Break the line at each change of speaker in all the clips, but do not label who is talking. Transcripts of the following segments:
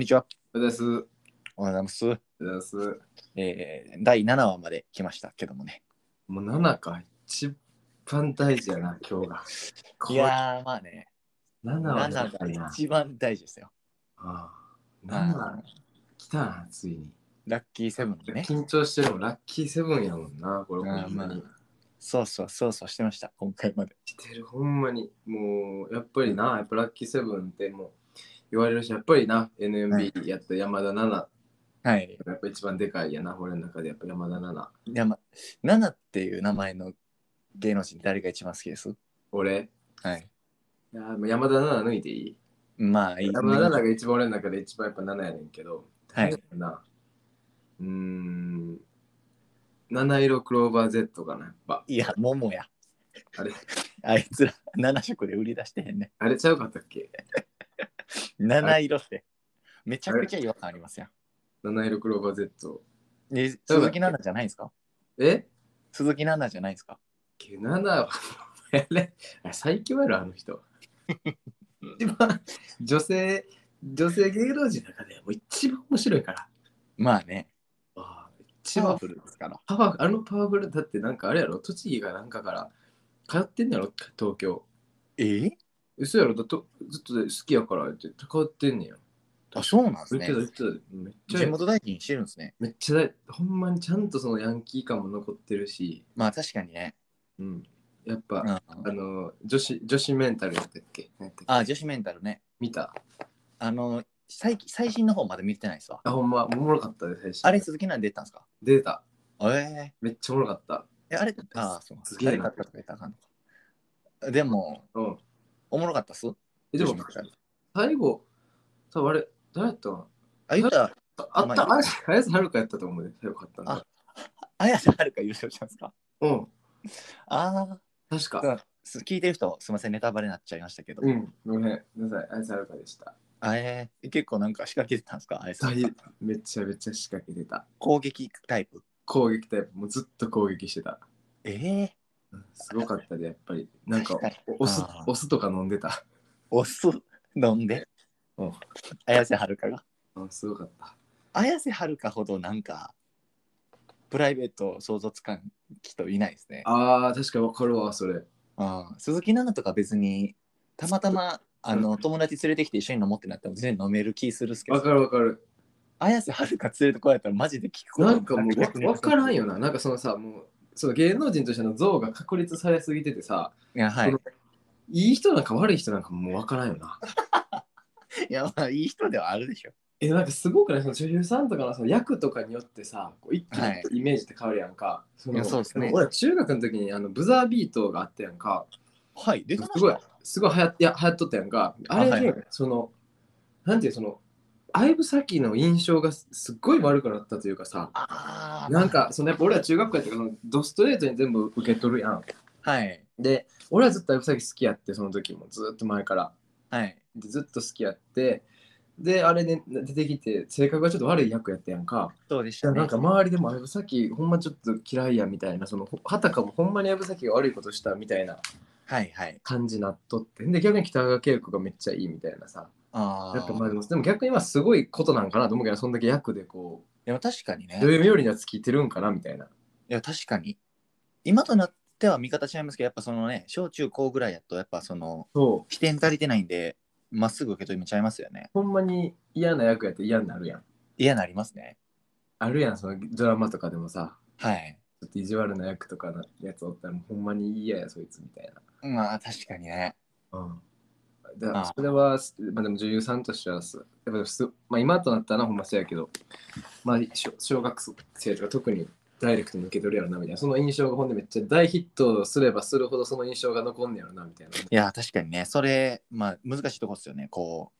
こんにちは。
です。
おはようございます。
です。
えー、第7話まで来ましたけどもね。
もう7か一番大事やな、今日が。
いやー、まあね、
7
7
は大
話が
事やな。
一番大事ですよ。
ああ
は
7来たな、ついに。
ラッキーセブンでね。
緊張してるもんラッキーセブンやもんな、これほ
ああ
んま
ま
に。
そうそうそうそうしてました、今回まで。
来てる、ほんまに。もう、やっぱりな、やっぱラッキーセブンってもう言われるし、やっぱりな、NMB やった山田奈々、
はい。
やっぱ一番でかいやな、俺の中でやっぱ山田奈々。
いや、ま、7っていう名前の芸能人誰が一番好きです
俺、
はい。
いやもう山田奈々抜いていい
まあ、いい。
山田奈々が一番俺の中で一番やっぱ7やねんけど、
はい。
な。うーん。七色クローバー Z かな、やっぱ。
いや、ももや。
あれ、
あいつら7色で売り出してへんね。
あれちゃうかったっけ
7色って。めちゃくちゃ違和感ありますよ。
七色クローバー Z。
え
そうだ
鈴木奈々じゃないですか
え
鈴木奈々じゃないですか
け7は、あれあ最強やろ、あの 人。一番、女性、女性芸能人の中でもう一番面白いから。
まあね。
ああ一
パワ
番
フルですから。
パワー、あのパワフルだってなんかあれやろ、栃木がなんかから通ってんだろ、東京。
え
嘘やろ、だとずっと好きやからって通ってんねや。
あ、そうなんです
言っ
ね
てた、。言ってた。めっちゃ
地元大臣してるんですね。
めっちゃだいほんまにちゃんとそのヤンキー感も残ってるし、
まあ確かにね。
うん、やっぱ、
うん
あの女子女子メンタルやったっけ何やったっけ
あ、女子メンタルね。
見た
あの、最近最新の方まだ見れてないですわ。
あほんまおもろかったで最初
あれ、鈴木なんで出たんですか
出た
え
めっちゃおもろかった
ー、え、あれ、あー、そう
すげえ
あれ
な
だったとか言ったらあかんのか。でも、
うん
おもろかったっす
えでも
女子メンタル
最後多分あれ誰やったか
あ、言ったら、
なああっ
う
た
まい
あや綾瀬はるかやったと思うね最後勝ったの
あ綾瀬はるか優勝したんですか
うん
あ
確
あ、う
か
んす聞いてる人、すみません、ネタバレになっちゃいましたけど。
うんごめんなさい綾瀬はるかでした
あえー結構なんか仕掛けてたんですか綾瀬は
大
るか
めちゃめちゃ仕掛けてた
攻撃タイプ。
攻撃タイプもうずっと攻撃してた
ええ
うんすごかったでやっぱりなんか
確かに
おお酢
あー
お酢とか飲んでた
お酢飲んで
うん、
綾瀬はるかが。
うんすごかった
綾瀬はるかほどなんかプライベート想像つかん人いないですね。
あー確かに分かるわそれ
うん鈴木奈々とか別にたまたまあ
う
の友達連れてきて一緒に飲もうってなっても全然飲める気するっすけ
分
ど
かる分かる
綾瀬はるか連れてこられたらマジで聞く
なんかもう
分
分からんよななんかそのさもうその芸能人としての像が確立されすぎててさ
いやはい
そのいい人なんか悪い人なんかもう分からんよない
やまあいい人ではあるでしょ
えなんかすごくないその女優さんとかのその役とかによってさこう一気
はい
にイメージって変わるやんか、そ
い
の
やそうっすね
でも俺中学の時にあのブザービートがあったやんか
はい出てました
すごいすごい流行っいや流行っとったやんかあれで、
あはい
そのなんていうその相武咲の印象がすすっごい悪くなったというかさ、
あー
なんかそのやっぱ俺は中学校やったからそのドストレートに全部受け取るやん。
はい
で俺はずっとアイブサギ好きやってその時もずっと前から
はい
でずっと好きやってであれで出てきて性格がちょっと悪い役やったやんか
そうでし
で
た
も
ね
なんか周りでもアイブサキほんまちょっと嫌いやみたいなそのはたかもほんまにアイブサキが悪いことしたみたいな
はいはい
感じなっとってで逆に北川景子がめっちゃいいみたいなさ
あ
やっぱまあ
ー
でもでも逆に今すごいことなんかなと思うけどそんだけ役でこ
でも確かにね
う女優よりには尽きてるんかなみたいない
や確かに今となっては見方違いますけどやっぱそのね小中高ぐらいやとやっぱその
そう
起点足りてないんでまっすぐ受け止めちゃいますよね
ほんまに嫌な役やって嫌になるやん。
嫌なりますね
あるやん、そのドラマとかでもさ、
はい
ちょっと意地悪な役とかのやつおったら、ほんまに嫌や、そいつみたい
まあ確かにね
な。うん。だ
ああ
それは、すまあでも女優さんとしてはす、やっぱす、まあ今となったらほんまそうやけど、まあ小小学生とか特にダイレクトに受け取るやろなみたいな、その印象がほんでめっちゃ大ヒットすればするほどその印象が残んねやろなみたいな。
いや確かにねそれまあ難しいとこっすよねこう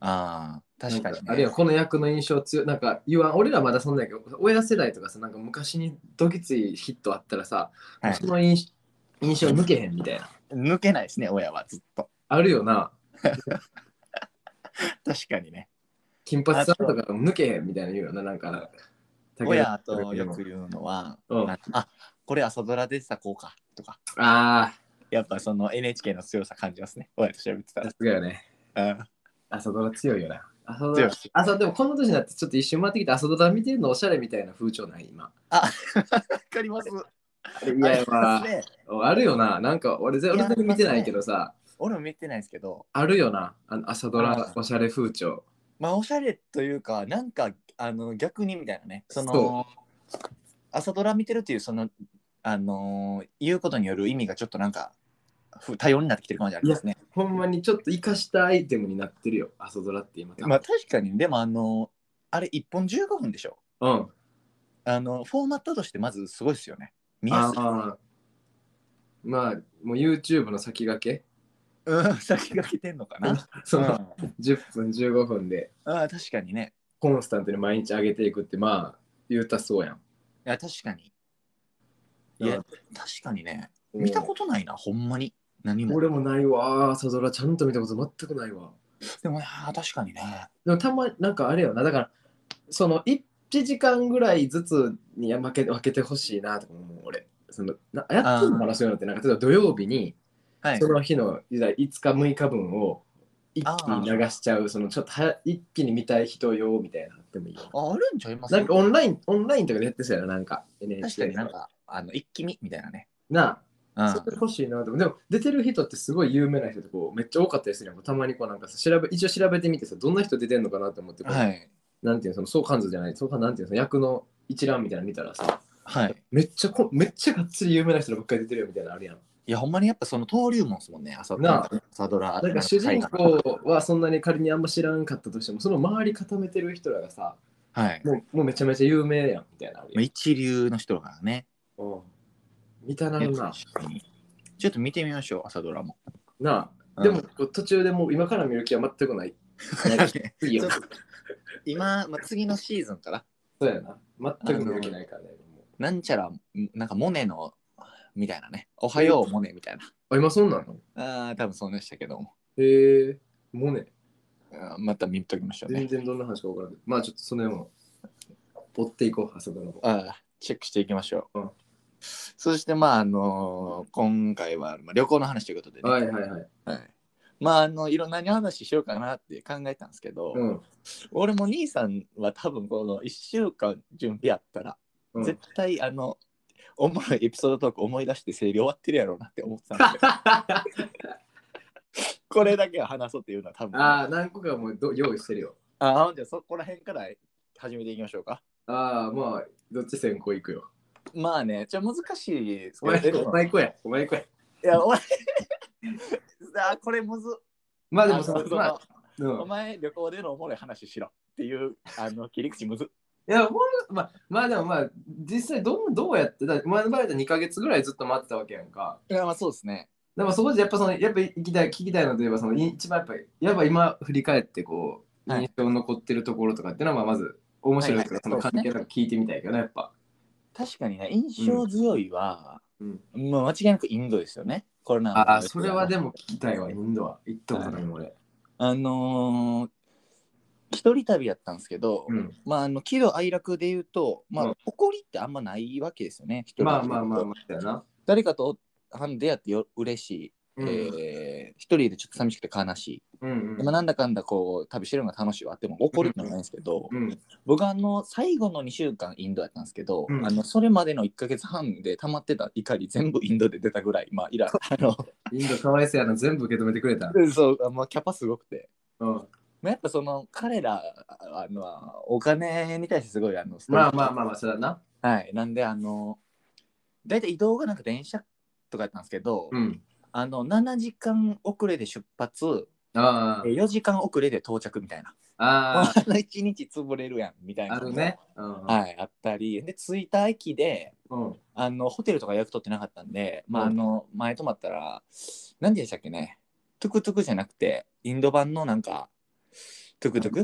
ああ確かに
なん
ね
あるいはこの役の印象強いなんか言わん俺らまだそんなんやけど親世代とかさなんか昔にどぎついヒットあったらさ、
はい
その印印象抜けへんみたいな
抜けないですね親はずっと
あるよな
確かにね
金髪さんとか抜けへんみたいな言うよななんか
親とよく言うのは、
うん
ああこれ朝ドラでさこうかとか
あ
やっぱその NHK の強さ感じますね親と喋ってた
あさすがよね
ら、うん
朝ドラ強いよな浅
強
田
い
浅でもこの年になってちょっと一瞬回ってきて浅田さん見てるのおしゃれみたいな風潮ない今
わかります。
あれ
い
いやまあ
ね、
あるよななんか俺ぜ
い
俺
や
全然見てないけどさ
俺も見てないですけど、
あるよなあの朝ド
あ
ラ
る
おしゃれ風潮
まあ、おしゃれというか、なんか、あの、逆にみたいなね、その、
そ
朝ドラ見てるっていう、その、あのー言うことによる意味がちょっとなんか、ふ多様になってきてる感じありますね。
ほんまにちょっと生かしたアイテムになってるよ朝ドラって今多分
まあ、確かに、でも、あのーあれ、1本15分でしょ。
うん
あの、フォーマットとしてまずすごいですよね。見や
あ
すい。
あまあもう YouTube の先駆け
うん、先が来てんのかな。
その
うん
10分15分で
あー確かにね。
コンスタントに毎日上げていくってまあ言うたらそうやん
いや、確かに。いや、
うん
確かにね。見たことないな、ほんまに。何も。
俺もないわ朝ドラちゃんと見たこと全くないわ
でも、あー確かにね。
でもたまなんかあれよなだからその1時間ぐらいずつに分け分けてほしいなとか思う俺そのなやってるのかなそういうのってなんか例えば土曜日に
はい
そ。の日のいわゆる5日6日分を一気に流しちゃうそのちょっとは一気に見たい人用みたいなのあってもいいよ
ああるんちゃいます
なんかオンラインオンラインとかでやってそうやななんか NHK
確かになんか、あの、一気見みたいなね。
な
うん
あ、それ欲しいなと思うでも出てる人ってすごい有名な人とこうめっちゃ多かったりするやんたまにこうなんかさ調べ一応調べてみてさどんな人出てんのかなと思ってこう
はい。
なんていうのその相関図じゃない相関なんていうのその役の一覧みたいなの見たらさ
はい。
めっちゃこめっちゃがっつり有名な人ばっかり出てるよみたいなのあるやん
いや、ほんまにやっぱその登竜門ですもんね、朝ド
な
ラ。朝ドラ。
なんか主人公はそんなに仮にあんま知らんかったとしてもその周り固めてる人らがさ
はい。
もうもうめちゃめちゃ有名やんみたいなのある
ま
や
あ
ん
一流の人がね。
うん見たない
や
な
確かにちょっと見てみましょう、朝ドラも。
なあ
うん
でもこう途中でもう今から見る気は全く ない次よ
ちょっと今、まあ、次のシーズンから、
そうやな全く見る気ないからねもう
なんちゃら、んなんかモネの、みたいなね。おはよう、モネみたいな。
あ、今そうなの
ああ、多分そうでしたけども。
へえ、モネ。
あーまた見ときましょう
全
ね。
然どんな話か分からない。まあちょっとその辺も追っていこう、朝ドラも。
ああ、チェックしていきましょう。
うん
そして、まあ、あのー今回は、まあ、旅行の話ということでね。
はいはいはい。
はいまあ、あの、いろんな話しようかなって考えたんですけど、
うん。
俺も兄さんは多分この1週間準備やったら、
うん、
絶対あのおもろいエピソードトーク思い出して整理終わってるやろうなって思ってたんで
あ
これだけは話そうっていうのは多分
あ、何個かもうど用意してるよ。
あほんじゃそこら辺から始めていきましょうか
ああ、まあ、どっち先行行くよ。
まあねじゃ難しいです
お前
けどでも
お前行こうや。お前行こうや。
いやお前 あこれむず
まあ
あ
でもそ
の
の、
そ
まあ
の、
う
お
ん、い
前旅行でのおもろい話しろっていうあの切り口むず
や、ほんまあ、まあでもまあ、実際どうどうやって、だってお前の場合だと2ヶ月ぐらいずっと待ってたわけやんか。
いやまあそうですね
でもそこでやっぱそのやっぱ行きたい聞きたいのといえばそのい一番やっぱりやっぱ今振り返ってこう
はい
印象に残ってるところとかっていうのはまあまず面白いから、
はいはい
その関係とか聞いてみたいけどねやっぱ。
確かにね印象強いは、
うん
まあ、間違いなくインドですよねコロナ
ああそれはで
も
も聞きたいわインドは行ったことないもん俺。
あのー一人旅やったんですけど、
うん
まあ、あの喜怒哀楽で言うと、まあ
うん
誇りってあんまないわけですよね。一人
まあ
旅
まあまあまあだよな。
誰かとあの出会ってよ嬉しい、
うん
えー一人でちょっと寂しくて悲しい、
うんうん
まあ、なんだかんだこう旅してるのが楽しいわっても怒りってのはないんですけど、
うん
僕はあの最後の2週間インドやったんですけど、
うん
あのそれまでの1ヶ月半で溜まってた怒り全部インドで出たぐらい、まあ、イラあの
インドかわいそうやな全部受け止めてくれた。
そう、まあ、キャパすごくて。
うん、
まあ、やっぱその彼らあのお金に対してすごいあのストイ
ま
ッ
あ
ク
まあまあまあそれはな。
はいなんであの大体移動がなんか電車とかやったんですけど、
うん。
あの7時間遅れで出発
あ
え4時間遅れで到着みたいな
ああ
あ の1日潰れるやんみたい
ああ
な
るね。うん
はいあったりで着いた駅で
うん
あのホテルとか予約取ってなかったんで、まあ、あの前泊まったら何でしたっけねトゥクトゥクじゃなくてインド版のなんかトゥクトゥク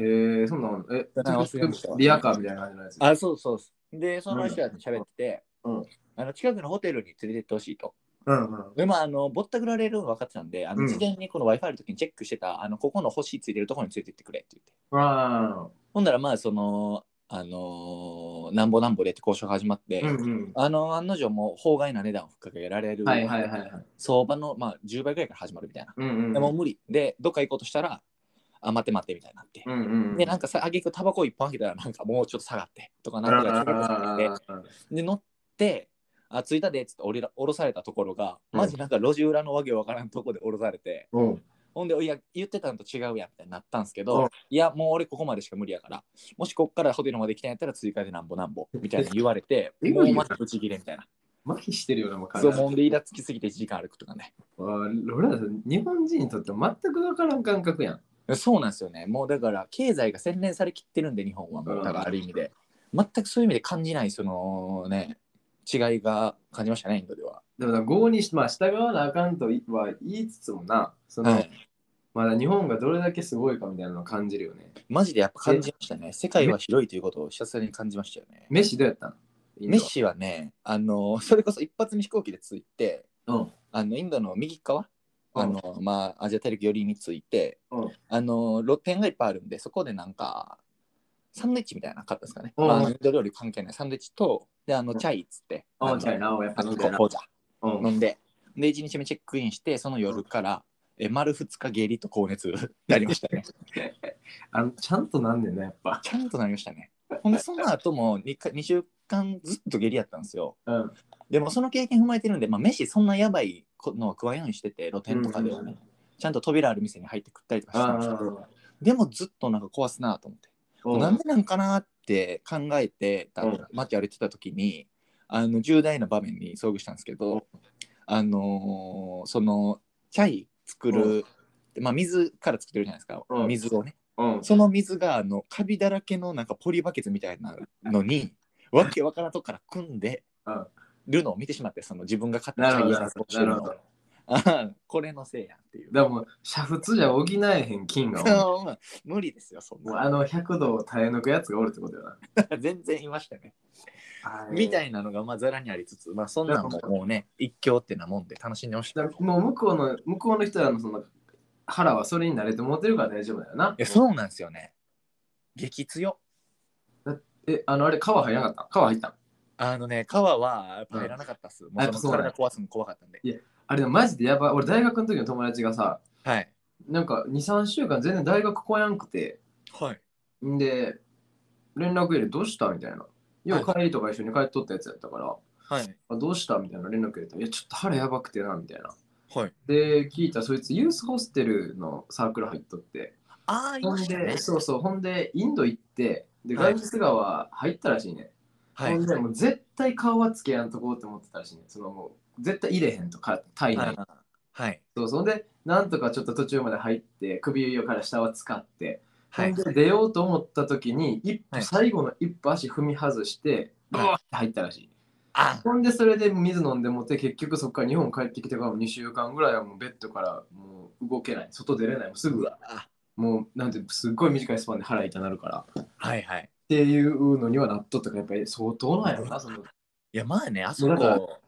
へえそんなのえ
忘れました
リアカーみたいな感じのやつ。
あ、そうそうそう。で、その人らと喋ってて、
うん
あの近くのホテルに連れてってほしいと。
うんうん。
で、まあ、あのぼったくられるの分かってたんで、あ
う
の
ん
事前にこの Wi-Fi の時にチェックしてた、あのここの星ついてるところに連れてってくれって言って。
わ
ほんなら、まあ、その、あのーなんぼなんぼでって交渉が始まって、
ーうんうん。
あの案の定もう法外な値段をふっかけられる、
はいはいはいはい。
相場の、まあ、10倍ぐらいから始まるみたいな。
うんうん。
でもう無理。で、どっか行こうとしたら、あ待って待ってみたいになって、
うんうん。
でなんかさあげくタバコ一本あげたらなんかもうちょっと下がってとかなんとかちょっと下がってで乗ってあ着いたでっつって降りら降ろされたところが
うん
マジなんか路地裏のわけわからんとこで降ろされて、
うん。
ほんでいや言ってたんと違うやんみたいになったんですけど、
うん
いやもう俺ここまでしか無理やからもしこっからホテルまで来たんやったら追加でなんぼなんぼみたいな言われて
え
もうまたブチ切れみたいな
麻痺してるようなもん
そうもんでイラつきすぎて1時間歩くとかね
わ俺ら日本人にとって全く分からん感覚やん。
そうなんですよねもうだから経済が洗練されきってるんで日本はも
うん
うだからある意味で全くそういう意味で感じないそのね違いが感じましたねインドでは、
でもな、合にし、まあ、従わなあかんとは言いつつもな、その、
はい、
まだ日本がどれだけすごいかみたいなのを感じるよね。
マジでやっぱ感じましたね世界は広いということをひたすらに感じましたよね
メッシどうやったん
メッシはねあのそれこそ一発に飛行機で着いて
うん。
あのインドの右側あの、まあ、アジア大陸寄りに着いて、
うん
あの露店がいっぱいあるんでそこでなんかサンドイッチみたいなの買ったんですかね、
うん
まああの、インド料理関係ないサンドイッチとであの
うん
チャイっつって、
あ
あ
あ、
の
じゃあな、おやっぱ
あ
飲
の
んだよな
紅茶
うん
飲んでで1日目チェックインしてその夜から、え丸2日下痢と高熱 なりましたね
あのちゃんとなんねんな、やっぱ。
ちゃんとなりましたねほんでその後も 2, か2週間ずっと下痢やったんですよ
うん。
でもその経験踏まえてるんで、まあ、飯そんなやばいのを食わんようにしてて露店とかではね、
うんうんうん
ちゃんと扉ある店に入って食ったりとかしてたんですけど
あ
でもずっとなんか壊すなと思って、
あ。
なんでなんかなって考えてた、
うん
街歩いてた時にあの重大な場面に遭遇したんですけど、
うん
あのーそのチャイ作る、まあ、水から作ってるじゃないですか、
うん
水をね
うん。
その水があのカビだらけのなんかポリバケツみたいな のにわけわからんとこから組んで
うん
るのを見てしまってその自分が買った
な
チ
るほ
ャイ
ど。
や
な
つをしてる
る
の
ほ
を
ど。
あーこれのせいやんっていう。
でも、煮沸じゃ補えへん菌がおる。
そうまあ無理ですよそん
もう
な
あの100度を耐え抜くやつがおるってことよな。
全然いましたね。 みた
い
いなのがまあざらにありつつ、まあそんなんももうね、一興ってなもんで楽しんでました。い
な。もう向こうの、向こうの人らのその腹はそれに慣れて持ってるから大丈夫だよな。
や、そうなんですよね。激強。
え、あの、あれ、皮入らなかった皮入ったん
あのね、川はやっぱ入らなかったっす。も
あや
う
っぱ
そ
そう
の
なんや
体壊すの怖かったんで。
あれ、マジでやばい。俺、大学の時の友達がさ、
はい。
なんか2、3週間全然大学来やんくて、
はい。
んで、連絡入れどうしたみたいな。要は帰りとか一緒に帰っとったやつやったから、
はい。
あどうしたみたいな連絡入れたらいや、ちょっと腹やばくてな、みたいな。
はい。
で、聞いたらそいつユースホステルのサークル入っとって、
ああ、い
ほ
ま
ん
したね
で、。そうそう、ほんで、インド行って、で、
は
ガ
い
ンジス川入ったらしいね。
はい。
ほんで、
はい
もう絶対顔はつけやんとこうって思ってたらしいね。そのもう、絶対入れへんとか、体内に。
はい。
そうそう。で、なんとかちょっと途中まで入って、首から下は使って、
は
ほ
い
ん。で出ようと思った時に、一歩、
はい
最後の一歩足踏み外して、ブ
はい
ワーって入ったらしい。
あ
ほんで、それで水飲んでもって、結局そっから日本帰ってきてからも2週間ぐらいはもうベッドからもう動けない、外出れない、もうすぐ、
あ。
もうなんて、すっごい短いスパンで腹痛なるから。っ
はいはい。
ていうのにはなっとったから、やっぱり相当なんやろな、その
いや、まあね、あそ
だから
こ、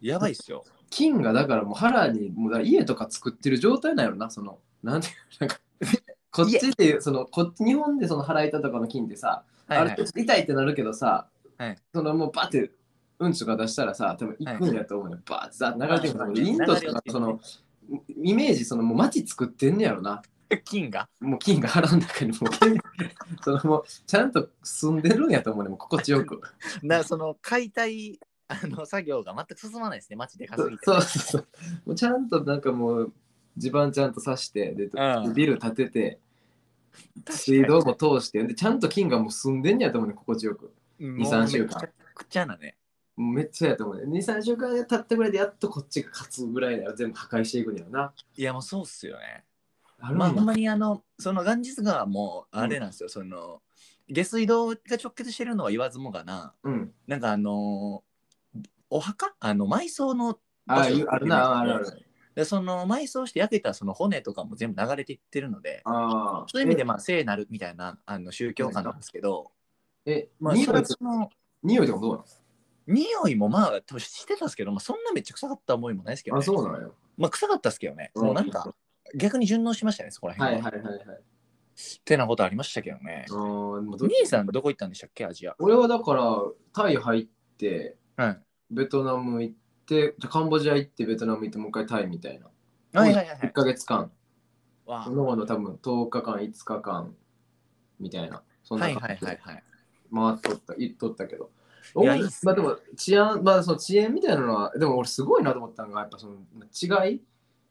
やばいっすよ。
菌がだからもう腹にもうだから家とか作ってる状態なんやろなそのなんていう なんかこっちっていうそのこっち日本でその腹痛とかの菌ってさ、
はいは
あ
い
れ。痛いってなるけどさ、
はい
そのもうバッてうんちとか出したらさ多分行くんやと思うね、バーッてさ流れてくるから
はい
インドと
流れ
か
てくる
そのイメージそのもう街作ってんねやろな
金が。
もう菌が腹の中にもうそのもうちゃんと住んでるんやと思うねもう心地よく
な、その解体、あの、作業が全く進まないですね、街でか
そ
す
う
ぎて。
そうそうもうちゃんとなんかもう地盤ちゃんとさしてで、
うん
ビル建てて
確かに
水道も通してでちゃんと菌がもう住んでんやと思うね心地よく
もう
3週間
めちゃくちゃなね。
もうめっちゃやと思うね23週間経ったぐらいでやっとこっちが勝つぐらいだよ全部破壊していくんやろない
や、もうそうっすよね。
あ
まあ、ほん
あ
まにあの、そのガンジス川も、あれなんですよ、その、下水道が直結してるのは言わずもがな、
うん
なんかあのーお墓あの、埋葬の、
あいうあるなあるある
でその埋葬して焼けたその骨とかも全部流れていってるので、
ああ
そういう意味で、まあ、聖なるみたいなあの宗教観なんですけど、
ええ
まあ、
匂
そ
い
れ
と
その、
匂いとかどうなの
匂いもまあ、多分してたんですけど、まあ、そんなめっちゃ臭かった思いもないですけど、ね、
あそうなのよ
まあ、臭かったですけどね、
うん
もうなんか、逆に順応しましたね、そこら
は
辺
いは
は。
いはいはい
ってなことありましたけどね。
あーもうど
兄さんどこ行ったんでしたっけアジア。
俺はだからタイ入って
はい。
ベトナム行ってじゃあカンボジア行ってベトナム行ってもう一回タイみたいな
はいはいはいは
1
い。
ヶ月間
わあ
今までの多分10日間、5日間みたいな、そん
は
ない
は
感
い
じ
はい
で
はい。
回っとった、行っとったけど。
いや
お
いいっす
ま
ね
あでも治安、まあその遅延みたいなのは、でも俺すごいなと思ったのが、やっぱその違い、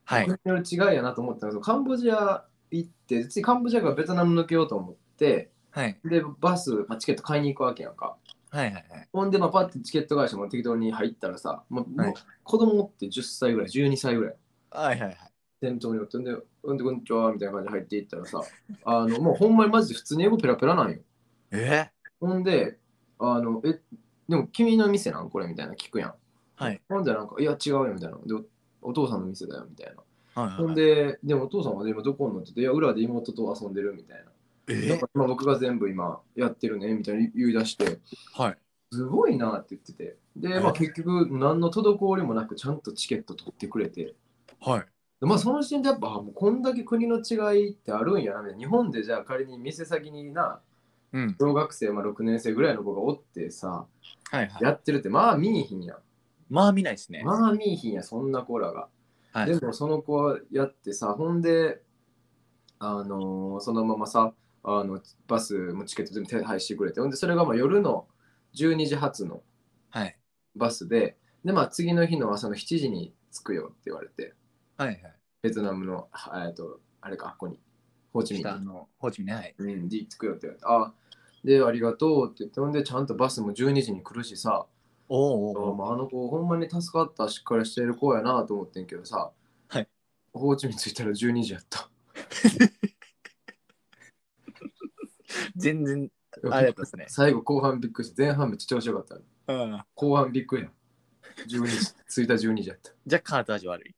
はい
国。による違いやなと思ったんですけど、カンボジア行って、次カンボジアからベトナム抜けようと思って、
はい
で、バス、まあ、チケット買いに行くわけやんか。
はいはいはい。
ほんで、まあ、パッてチケット会社も適当に入ったらさ、まあ
はい
子供おって10歳ぐらい、12歳ぐらい、
はいはいはい。
店頭におって、ほんで、ほんで、こんにちはみたいな感じで入っていったら さ、あの、もうほんまにマジで普通に英語ペラペラなんよ。
え
ほんで、あの、え、でも君の店なんこれみたいな聞くやん。
はい。
ほんで、なんか、いや、違うよみたいな。で、おお父さんの店だよみたいな。
はいはい
ほんで、でもお父さんは今どこに乗ってて、いや、裏で妹と遊んでるみたいな。なん
え
か今僕が全部今やってるねみたいに言い出して、
はい。
すごいなって言ってて。で、まあ
え
結局、何の滞りもなくちゃんとチケット取ってくれて。
はい。
でまあその時点でやっぱ、あもうこんだけ国の違いってあるんやなみたいな。日本でじゃあ仮に店先にな、
うん。
小学生、まあ、6年生ぐらいの子がおってさ、
はいはい。
やってるって、まあ見いひんやん。
まあ見ないですね。
まあ見いひんやん、そんな子らが。
はい。
でもその子はやってさ、ほんで、あのーそのままさ、あのバスもチケット全部手配してくれて、ほんでそれがまあ夜の12時発の
はい。
バスで、で、まあ、次の日の朝の7時に着くよって言われて、
はいはい。
ベトナムの、あえっと、あれか、ここに、ホーチミン
北のホーチミンね。はい。
に、うん、で着くよって言われて、あで、ありがとうって言って、ほんで、ちゃんとバスも12時に来るしさ、
おうおうお
あ
う
まあ、あの子、ほんまに助かった、しっかりしてる子やなと思ってんけどさ、
はい
ホーチミン着いたら12時やった。。
全然 あれだったですね
最後、後半びっくりして、前半めっちゃ調子よかった。
うん。
後半びっくりやん。12時、着いた12時やった。
若干後味悪い。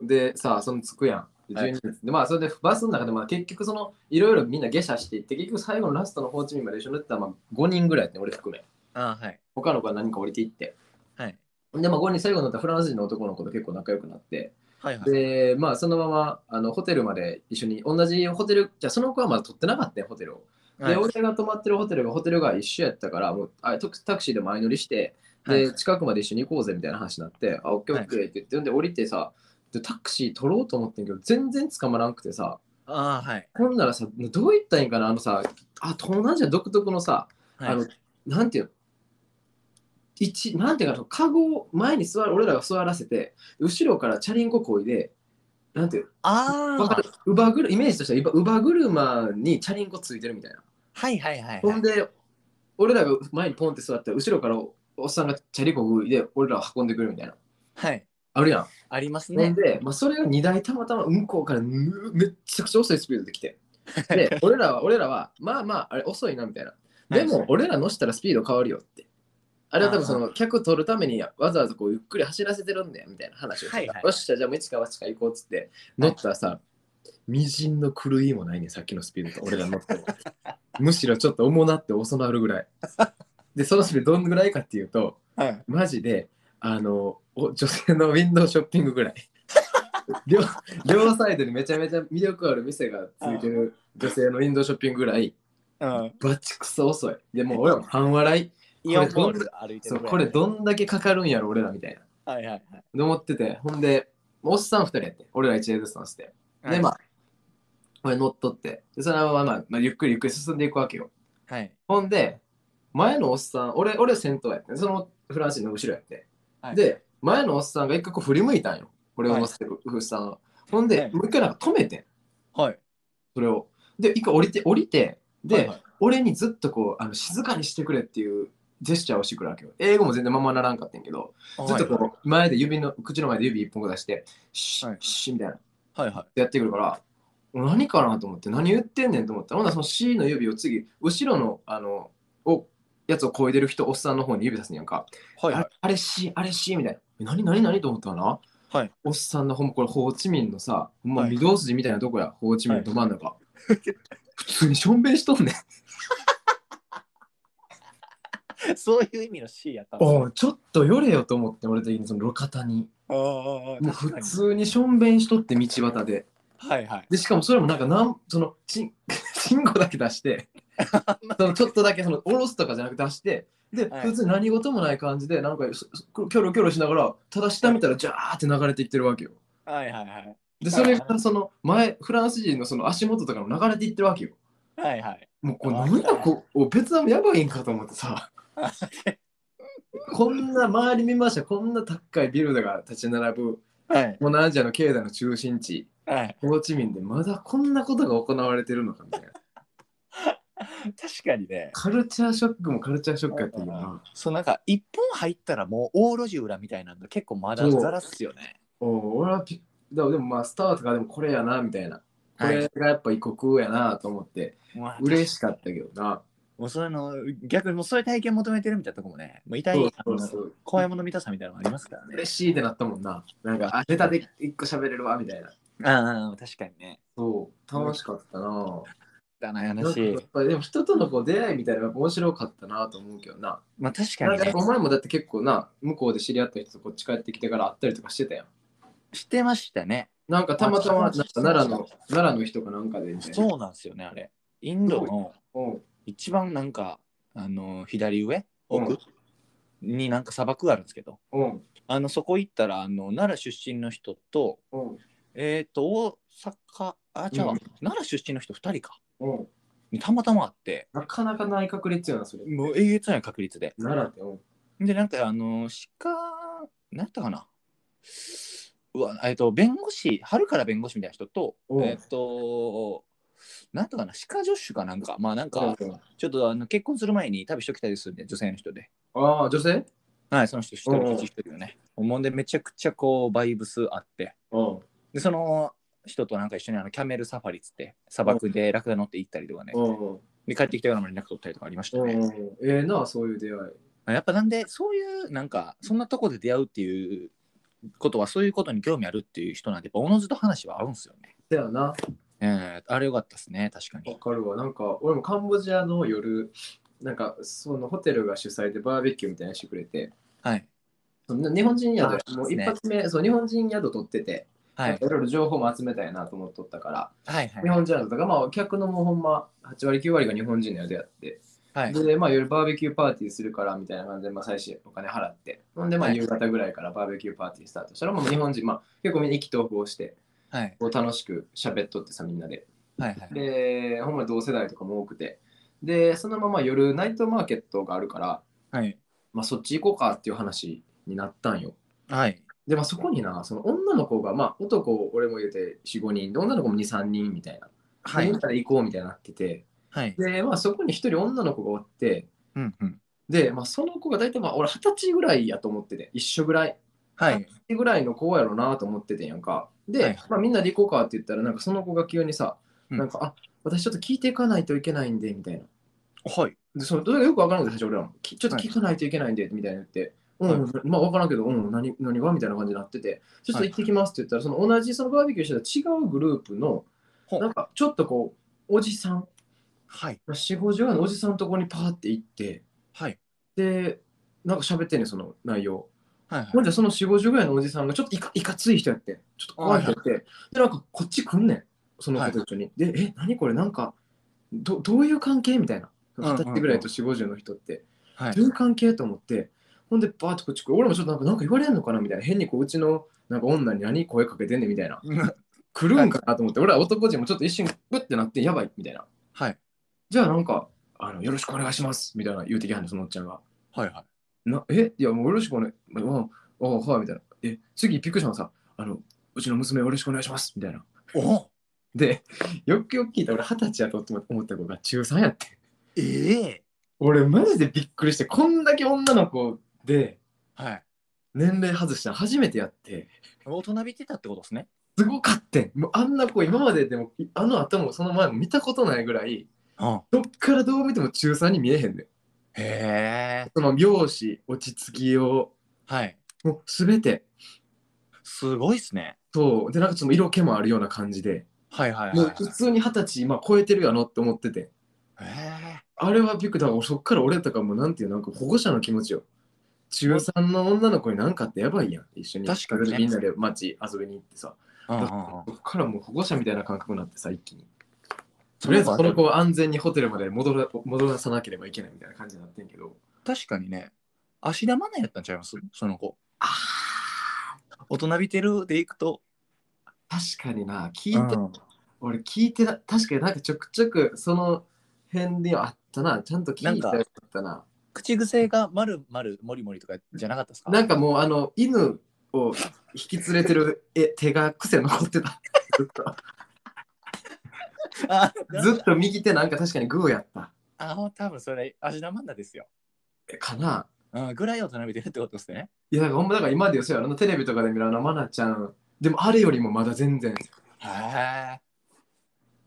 でさあその着くやん。で
はい
12時ですでまあそれでバスの中でまあ結局そのいろいろみんな下車していって結局最後のラストのホーチミンまで一緒に乗ってたらまあ5人ぐらいやって俺含め
ああはい。
他の子は何か降りていって
はい。
でまあ5人最後に乗ったフランス人の男の子と結構仲良くなって
はいはい。
でまあそのままあのホテルまで一緒に同じホテルじゃあその子はまだ取ってなかったよホテルを
は
で
い
俺が泊まってるホテルがホテルが一緒やったからもうあタクタクシーで前乗りして
はい
で、近くまで一緒に行こうぜみたいな話になって、あ、オッケーオッケーって言って、ほんで降りてさ、で、タクシー取ろうと思ってんけど、全然捕まらんくてさ、
ああはい。
ほんならさ、どう言ったらいいんかな、あのさ、あ、東南アジア独特のさ、
はい
あの、なんていうの一、なんていうかな、カゴを前に座る、俺らが座らせて、後ろからチャリンコこいで、なんていうの、わ
あ
か
あ
る乳母車イメージとしては乳母、乳母車にチャリンコついてるみたいな。
はいはいはい
ほ
は
ん
い。
で、俺らが前にポンって座って、後ろからおおっさんがチャリコグで俺らを運んでくるみたいな。
はい。
あるやん。
あります
ほん
ね。
で、まあ、それが2台たまたま向こうからむめっちゃくちゃ遅いスピードで来 て。で、俺らは、俺らは、まあまあ、あれ遅いなみたいな。でも、俺ら乗したらスピード変わるよって。あれは多分その客取るためにわざわざこうゆっくり走らせてるんだよみたいな話をしてた、
はいはい
よっしゃ、じゃあもう一か八か行こうっつって乗ったらさ、みじんの狂いもないね、さっきのスピードと俺ら乗 っても。むしろちょっと重なって遅なるぐらい。で、そのスピードどんぐらいかっていうと、
はい。
マジで、あの、お女性のウィンドウショッピングぐらい。 両両サイドにめちゃめちゃ魅力ある店がついてる女性のウィンドウショッピングぐらい、
うん。
バチクソ遅い。でもう俺らも半笑い。
イオンモール歩いて
そ
る
う
ぐらい。
これどんだけかかるんやろ俺らみたいな。
はいはい
で思ってて、ほんで、おっさん2人やって、俺ら1台ずつ乗せて。
はい。
で、まあ、俺乗っとって、でそのまま、まあまあ、ゆっくりゆっくり進んでいくわけよ。
あ。はい。
ほんで、前のおっさん、俺、俺先頭やって、そのフランス人の後ろやって。
はい
で、前のおっさんが一回こう振り向いたんよ。俺を乗せてるおっさんを。ほんで、
はい
もう一回なんか止めてん、
はい。
それを。で、一回降りて、降りて、で、
はいはい
俺にずっとこうあの静かにしてくれっていうジェスチャーをしてくるわけよ。英語も全然ままならんかったんやけど、ずっとこう前で指の口の前で指一本出して、シ
は
ッ
い
シッみたいなっ
はいはい。
てやってくるから、何かなと思って何言ってんねんと思ったら、ほんならその C の指を次、後ろのあのおやつをこいでる人、おっさんの方に指出すんやんか。
はい
あ
はい
れ。あれ C、あれ C みたいな。え何何何と思ったかな、
はい
おっさんのほんまこれホーチミンのさ、ほんま
はい
御堂筋みたいなとこや、ホーチミンのど真ん中。普通にしょんべんしと んねん。
そういう意味の C やったんです
お
よ
うちょっとよれよと思って俺的にその路肩に
ああああ
もう
確
普
かに
通にしょんべんしとって道端で
はいはい。
でしかもそれもなんかなん そのチンチンコだけ出 してそのちょっとだけその下ろすとかじゃなくて出してで、
はい
普通に何事もない感じでなんかそそキョロキョロしながらただ下見たらジャーって流れていってるわけよ
はいはいはい。
で、それがその前、フランス人のその足元とかも流れていってるわけよ。
はいはい。
もうこれなんだこおベトナムやばいんかと思って さこんな周り見ましたこんな高いビルドが立ち並ぶ
はい。
東南アジアの経済の中心地
はい。
ホーチミンでまだこんなことが行われてるのかみたいな
確かにね。
カルチャーショックもカルチャーショックやったよな
そうなんか一本入ったらもう大路地裏みたいなのが結構まだ
そう
ざらっすよね。
おう俺はピでもでもまあスターとかでもこれやなみたいなこ
は
れがやっぱ異国やなと思って
い。まあ、
嬉しかったけどな
もうそれの逆にもうそういう体験求めてるみたいなとこもね、もう痛い
そうそうそ
あの
う
怖いもの見たさみたいなのもありますからね。
嬉しいってなったもんななんかあネタで一個喋れるわみたいな
ああ、確かにね。
そう楽しかったな、
だな
なんか
話
やっ。ぱりでも人とのこう出会いみたいなのが面白かったなと思うけどな。
まあ確か
なん
に
かやっぱ。
ね
お前もだって結構な、向こうで知り合った人とこっち帰ってきてから会ったりとかしてたやん。
してましたね。
なんかたまたまなん
あ
か奈良の奈良の人かなんかでみたいな。
そうなんですよね、あれ。インドの
うん。
一番なんか、あの左上
う
奥
ん、
になんか砂漠があるんですけど、
うん。
あのそこ行ったらあの奈良出身の人と、
うん。
えっ、と、大阪、あ、じゃあ、
うん
奈良出身の人2人か。
うん。
にたまたまあって、
なかなかない確率やな、それ。
もうえげつない確率で。
奈良って。うん。
で、なんか、あの、鹿、何やったかな。うわ、えっと、弁護士、春から弁護士みたいな人と、
おう
えっと、なんやったかな、歯科助手かなんか、まあなんか、
うん
ちょっとあの結婚する前に旅してきたりするんで、女性の人で。
ああ、女性
はい、その人一
おうお
人
う
一人よね。もんで、めちゃくちゃこう、バイブスあって、
うん。
で、その人となんか一緒にあのキャメルサファリっつって、砂漠でラクダ乗って行ったりとかね、
うん。
で、帰ってきたようなも連絡取ったりとかありました
う
ね。
ん。ええな、そういう出会い。
やっぱなんでそういうなんかそんなとこで出会うっていうことはそういうことに興味あるっていう人なんてやっぱおのずと話は合うんですよね。
だよな。
えー、あれよかったですね確か
わ
に。
かるわ。なんか、俺もカンボジアの夜、なんか、そのホテルが主催でバーベキューみたいなのしてくれて、
はい
その日本人宿、
あ
も
そううで
一
すね
発目、そう、日本人宿取ってて、
はい
なん
はい
かいろいろ情報も集めたいなと思っとったから、
はい
日本人宿とか、まあ、お客のもうほんま、8割、9割が日本人の宿やって、
はい
で、まあ、夜バーベキューパーティーするからみたいな感じで、まあ、最初お金払って、ほんで、まあ、
はい
夕方ぐらいからバーベキューパーティースタートしたら、もう日本人、まあ、結構みんな意気投合して、
はい
こう楽しく喋っとってさ、みんなで。
はいはい
で、ほんまに同世代とかも多くて、で、そのまま夜、ナイトマーケットがあるから、
はい
まあ、そっち行こうかっていう話になったんよ。
はい
で、まあ、そこにな、その女の子が、まあ、男を俺も入れて4、5人で、女の子も2、3人みたいな。
は
でみ
い
んなで行こうみたいになってて、
はい
で、まあ、そこに1人女の子がおって、
うんうん
で、まあ、その子が大体、まあ、俺20歳ぐらいやと思ってて、一緒ぐらい。
はい
20歳ぐらいの子やろなと思っててんやんか。で、
はい
まあ、みんなで行こうかって言ったら、なんかその子が急にさ、
うん
なんか、あ、私ちょっと聞いていかないといけないんで、みたいな。
はい
で、その、どれがよくわからんけど、最初俺らも、きちょっと聞かないといけないんで、みたいな言って、うん、まあわからんけど、うん、何何がみたいな感じになってて、ちょっと行ってきますって言ったら、その同じそのバーベキューしてた違うグループの、
ほう
なんかちょっとこう、おじさん、
はい
4、50代のおじさんのとこにパーって行って、
はい
で、なんか喋ってんねんその内容。
はい
ほ
は
ん
い
じゃ、その4、50ぐらいのおじさんがちょっといかいかつい人やってん、ちょっと怖い人やって、で、なんかこっち来んねん、その子と一緒に。で、え、何これ、なんか、どどういう関係みたいな。
んうんうん
二十歳ぐらいと4、50の人って。
はい
どういう関係と思って、ほんで、バーッとこっち来る。俺もちょっとなんかなんか言われんのかなみたいな。変にこう、うちのなんか女に何声かけてんねんみたいな。来るんかなと思って、俺は男人もちょっと一瞬、ブッてなって、やばいみたいな。
はい
じゃあなんか、あのよろしくお願いしますみたいな言うてきはんねんそのおっちゃんが。
はいはい
なえいや、もうよろしくお願い。うん、ああ、はい、みたいな。え、次、ピクションさ、あの、うちの娘よろしくお願いしますみたいな。
お
で、よくよく聞いたら俺二十歳やと思った子が中3やって。
ええ
俺マジでびっくりして、こんだけ女の子で、
はい
年齢外したの初めてやって
大人びてたってことですね
すごかってんもうあんな子今まででもいあの後もその前も見たことないぐらい
うん
どっからどう見ても中3に見えへんねん
へえ
その容姿落ち着きを
はい
もう全て
すごいっすね
そうでなんかちょっと色気もあるような感じで
はいはいはい
もう
はい
普通に二十歳今超えてるやろって思ってて
へ
あれはビッグだからそっから俺とかもうなんていうなんか保護者の気持ちよ中3の女の子になんかってやばいやん一緒に
確かにね
みんなで街遊びに行ってさ
えうんうんうん
そっからもう保護者みたいな感覚になってさ一気にとりあえずこの子を安全にホテルまで戻ら戻らさなければいけないみたいな感じになってんけど。
確かにね、芦田愛菜やったんちゃいますその子。
あ
大人びてるでいくと、
確かにな、聞いて、
うん
俺聞いてな、確かになんかちょくちょくその辺にはあったな、ちゃんと聞いたやつだったな。
口癖がまるまるもりもりとかじゃなかったですか
なんかもうあの犬を引き連れてるえ手が癖残ってた。ずっと
あ
ずっと右手なんか確かにグーやった。
あ、多分それ、味玉マンダですよ。
えかな
うん、ぐらいを並べてるってことですね。
いやだからほんまだから今でよそうやろなテレビとかで見るあのマナちゃんでもあれよりもまだ全然
へえ。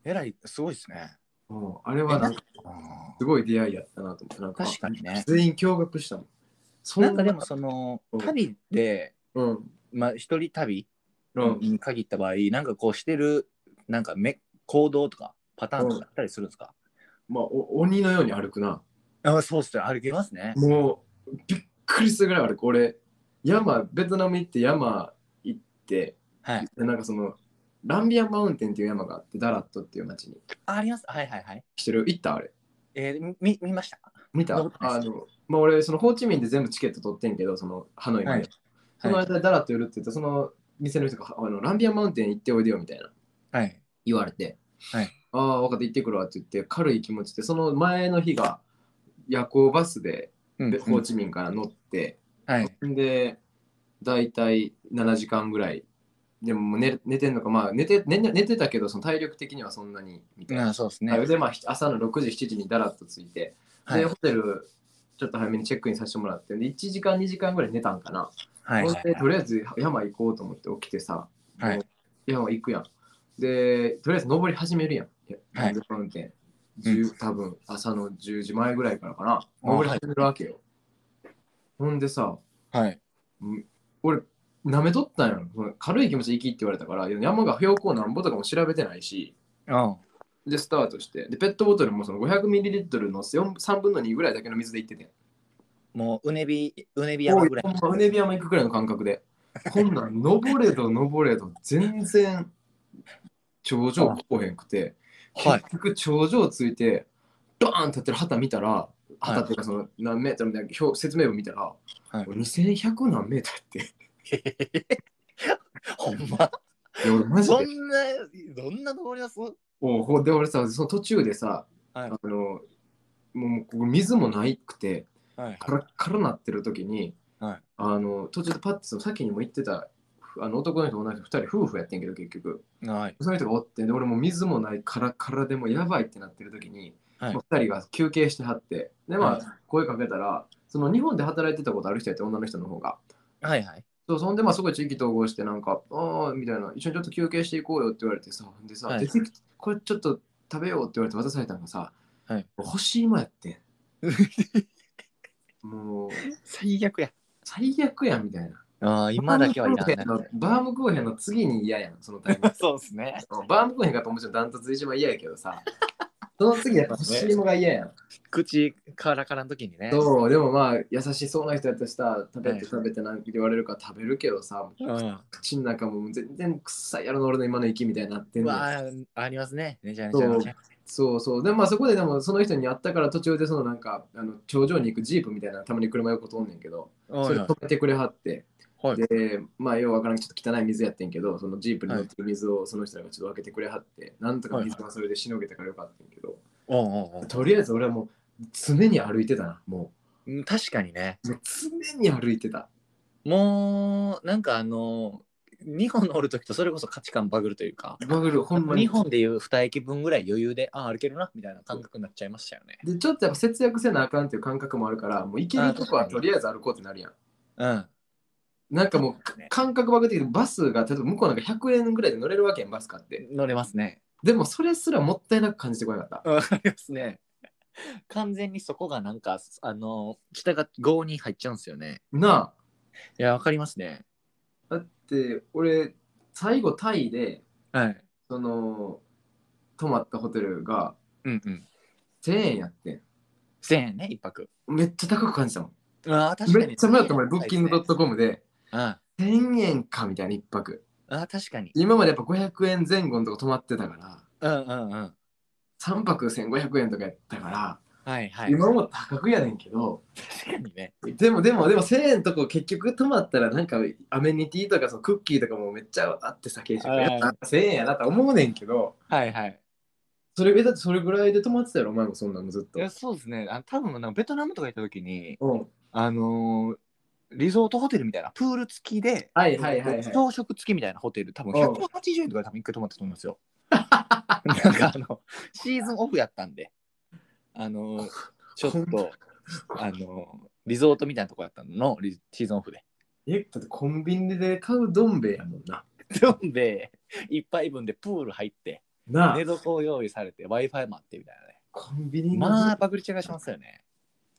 えらい、すごいですね。
もうあれはなんかすごい出会いやったなと思ってなんか
確かにね。
全員驚愕したもんそ
なんかでもその
うん
旅で、
うん
まあ、一人旅
うん
に限った場合、なんかこうしてるなんかめ行動とかパターンとかあったりするんですか、
まあお鬼のように歩くな
あそうっすね歩けますね。
もうびっくりするぐらい歩く俺山ベトナム行って山行って
はい。
でなんかそのランビアンマウンテンっていう山があってダラットっていう町に
ああります。はいはいはい。
してる行ったあれ
えー、み見ました。
見た
登ってな
あ
いです
のまあ俺そのホーチミンで全部チケット取ってんけどそのハノイまで、
はい
その間でダラット寄るって言ってその店の人があのランビアンマウンテン行っておいでよみたいな
はい。
言われて、
はい
ああ分かった行ってくるわって言って軽い気持ちでその前の日が夜行バスで
うん
でホーチミンから乗って、
はい。
で大体7時間ぐらいでももう寝寝てんのかまあ寝て寝寝てたけどその体力的にはそんなにみたいな
ああそうですね。
で、まあ、ひ朝の6時、7時にだらっと着いて、
はい
で、ホテル、ちょっと早めにチェックインさせてもらって、で1時間、2時間ぐらい寝たんかな。
はいはい
ほんで、とりあえず山行こうと思って起きてさ、
はい
もう山行くやん。で、とりあえず登り始めるやん。
はい
運転。10多分朝の10時前ぐらいからかな。登り始めるわけよ。ほんでさ、
はい。
俺、舐めとったんやろ。その軽い気持ちで行きって言われたから、いや山が標高なんぼとかも調べてないし、
うん。
で、スタートして。で、ペットボトルもその 500ml の4 3分の2ぐらいだけの水でいってて。
もううねびうねび山ぐらい。
ほんま、うねび山行くぐらいの感覚で。こんなん、登れど登れど、全然頂上来おへんくて、
はい
結局頂上ついて、ドーン立ってる旗見たら、旗っていうかその何メートルみたいな表説明文見たら、
はい
俺2100何メートルやって。
ほんま。
いや俺マジ
そ
で
んなどんな登ります？
おうほうで俺さ、その途中でさ、
は
あ
い
の、もうここ水もないくて、
はい
カラッカラなってる時に、
はい
あの途中でパッてその先にも言ってたあの男の人と女の人2人夫婦やってんけど結局
はい。
その人がおってで俺もう水もないカラッカラでもうやばいってなってる時に、
はい
2人が休憩してはってでまあ、
はい
声かけたらその日本で働いてたことある人やって女の人の方が
はい はい。
そうそんでまあそこで地域統合してなんか「ああ」みたいな「一緒にちょっと休憩していこうよ」って言われてさでさ、
はい
出てきてこれちょっと食べよう」って言われて渡されたのがさ、
はい
欲しいもやってんもう
最悪や。
最悪やんみたいな
ああ今だけはいら
バームクーヘンの
ない。
バームクーヘンの次に嫌やん、そのタイミン
そうですね。
グ。バームクーヘンがやっぱもちろんダントツで一番嫌やけどさ、その次やっぱ欲しいもが嫌やん。
口カラカラの時にね。
そう、でもまあ優しそうな人やったらさ、食べ
はい
て食べてなんて言われるから食べるけどさ、
うん。
口の中も全然臭いやろの俺の今の息みたいになってん
う
ねん
わあ、ありますね。めちゃめちゃ
そう
めちゃ。
そうそう。でもまあそこででもその人に会ったから途中でそのなんか、あの頂上に行くジープみたいなのたまに車横通んねんけど、
は
そ
い
れ
はい
止めてくれはって、
はい。
で、まあ、ようわからんけどちょっと汚い水やってんけど、そのジープに乗ってる水をその人らがちょっと開けてくれはって、なんとか水はそれでしのげたからよかったんやけど、
おうおうおう
とりあえず俺はもう常に歩いてたな、も
うん確かにね。
う。もう常に歩いてた。
もう、なんかあの、日本のおる時とそれこそ価値観バグるというか、
バグる、ほんまに。
日本でいう2駅分ぐらい余裕で、ああ、歩けるな、みたいな感覚になっちゃいましたよね。
で、ちょっとやっぱ節約せなあかんっていう感覚もあるから、もう行けるとこはとりあえず歩こうってなるやん。
うん。
なんかもう
ね
感覚バグってきてバスが例えば向こうなんか100円ぐらいで乗れるわけやん、バス買って。
乗れますね。
でもそれすらもったいなく感じてこなかった。
わかりますね。完全にそこがなんか、あの、下が5に入っちゃうんですよね。
なあ、
いや、わかりますね。
だって俺、最後タイで、
はい。
その泊まったホテルが
うんうん。
1000円やってん
1000円ね、一泊。
めっちゃ高く感じたもん
ああ、確か
め
に。
っちゃ迷ったもん俺ブッキングドッ
と。
トコムで
あ
1000円かみたいな一泊
あ、確かに。
今までやっぱ500円前後のとこ泊まってたから
うんうんうん。
3泊1500円とかやったから
はいはい。
今も価格やねんけど、
確かにね。
でもでもでも1000円とこ結局泊まったらなんかアメニティとかそのクッキーとかもめっちゃあってさ、軽食
はい
やった1000円やなと思うねんけど、
はいはい。
それえだってそれぐらいで泊まってたやろ、お前もそんなのずっと
い。やそうですね。あの多分なんかベトナムとか行った時に、
うん。
あのーリゾートホテルみたいな、プール付きで、
はいはいはいはい
朝食付きみたいなホテル、多分
うん
180円とかで多分一回泊まったと思いま すよ。なんかあの、シーズンオフやったんで、あのーちょっと、あのーリゾートみたいなとこやったのの、リシーズンオフで。
え、だってコンビニで買うどん兵衛やもんな。
飲んで、一杯分でプール入って、
なあ
寝、床を用意されて、Wi-Fi もあってみたいなね。
コンビニの、
まあ、パクリちゃがしますよね。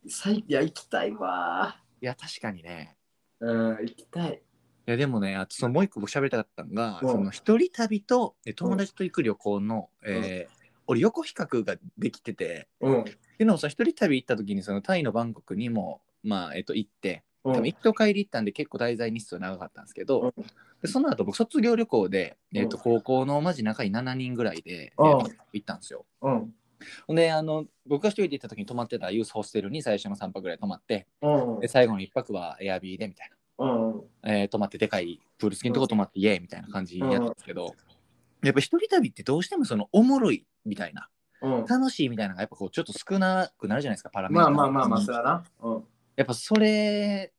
最いや、行きたいわ
いや、確かにね。
ー。うん、行きたい。
いやでもね、あとそのもう一個僕喋りたかったのが、
うん
その一人旅とえ友達と行く旅行の、えー俺横比較ができてて、
うん。
っていうのもさ一人旅行った時にそのタイのバンコクにもまあえっと行って、
う
多分
ん
一度帰り行ったんで結構滞在日数長かったんですけど、でその後僕卒業旅行で、えっと
うん
高校のマジ仲いい7人ぐらいで、
うん
えっと行ったんですよ。
うん。
ほんであの僕が一人で行った時に泊まってたユースホステルに最初の3泊ぐらい泊まって、
うん。
で最後の1泊はエアビーでみたいな。
うん。
えー、泊まってでかいプール付きのとこ泊まってイエーイみたいな感じやったんですけど、やっぱ一人旅ってどうしてもそのおもろいみたいな
うん。
楽しいみたいなのがやっぱこうちょっと少なくなるじゃないですかパラメー
ま
タ
あ
ー
まあまあまあ、
うん
そらな。うん。
やっぱそれ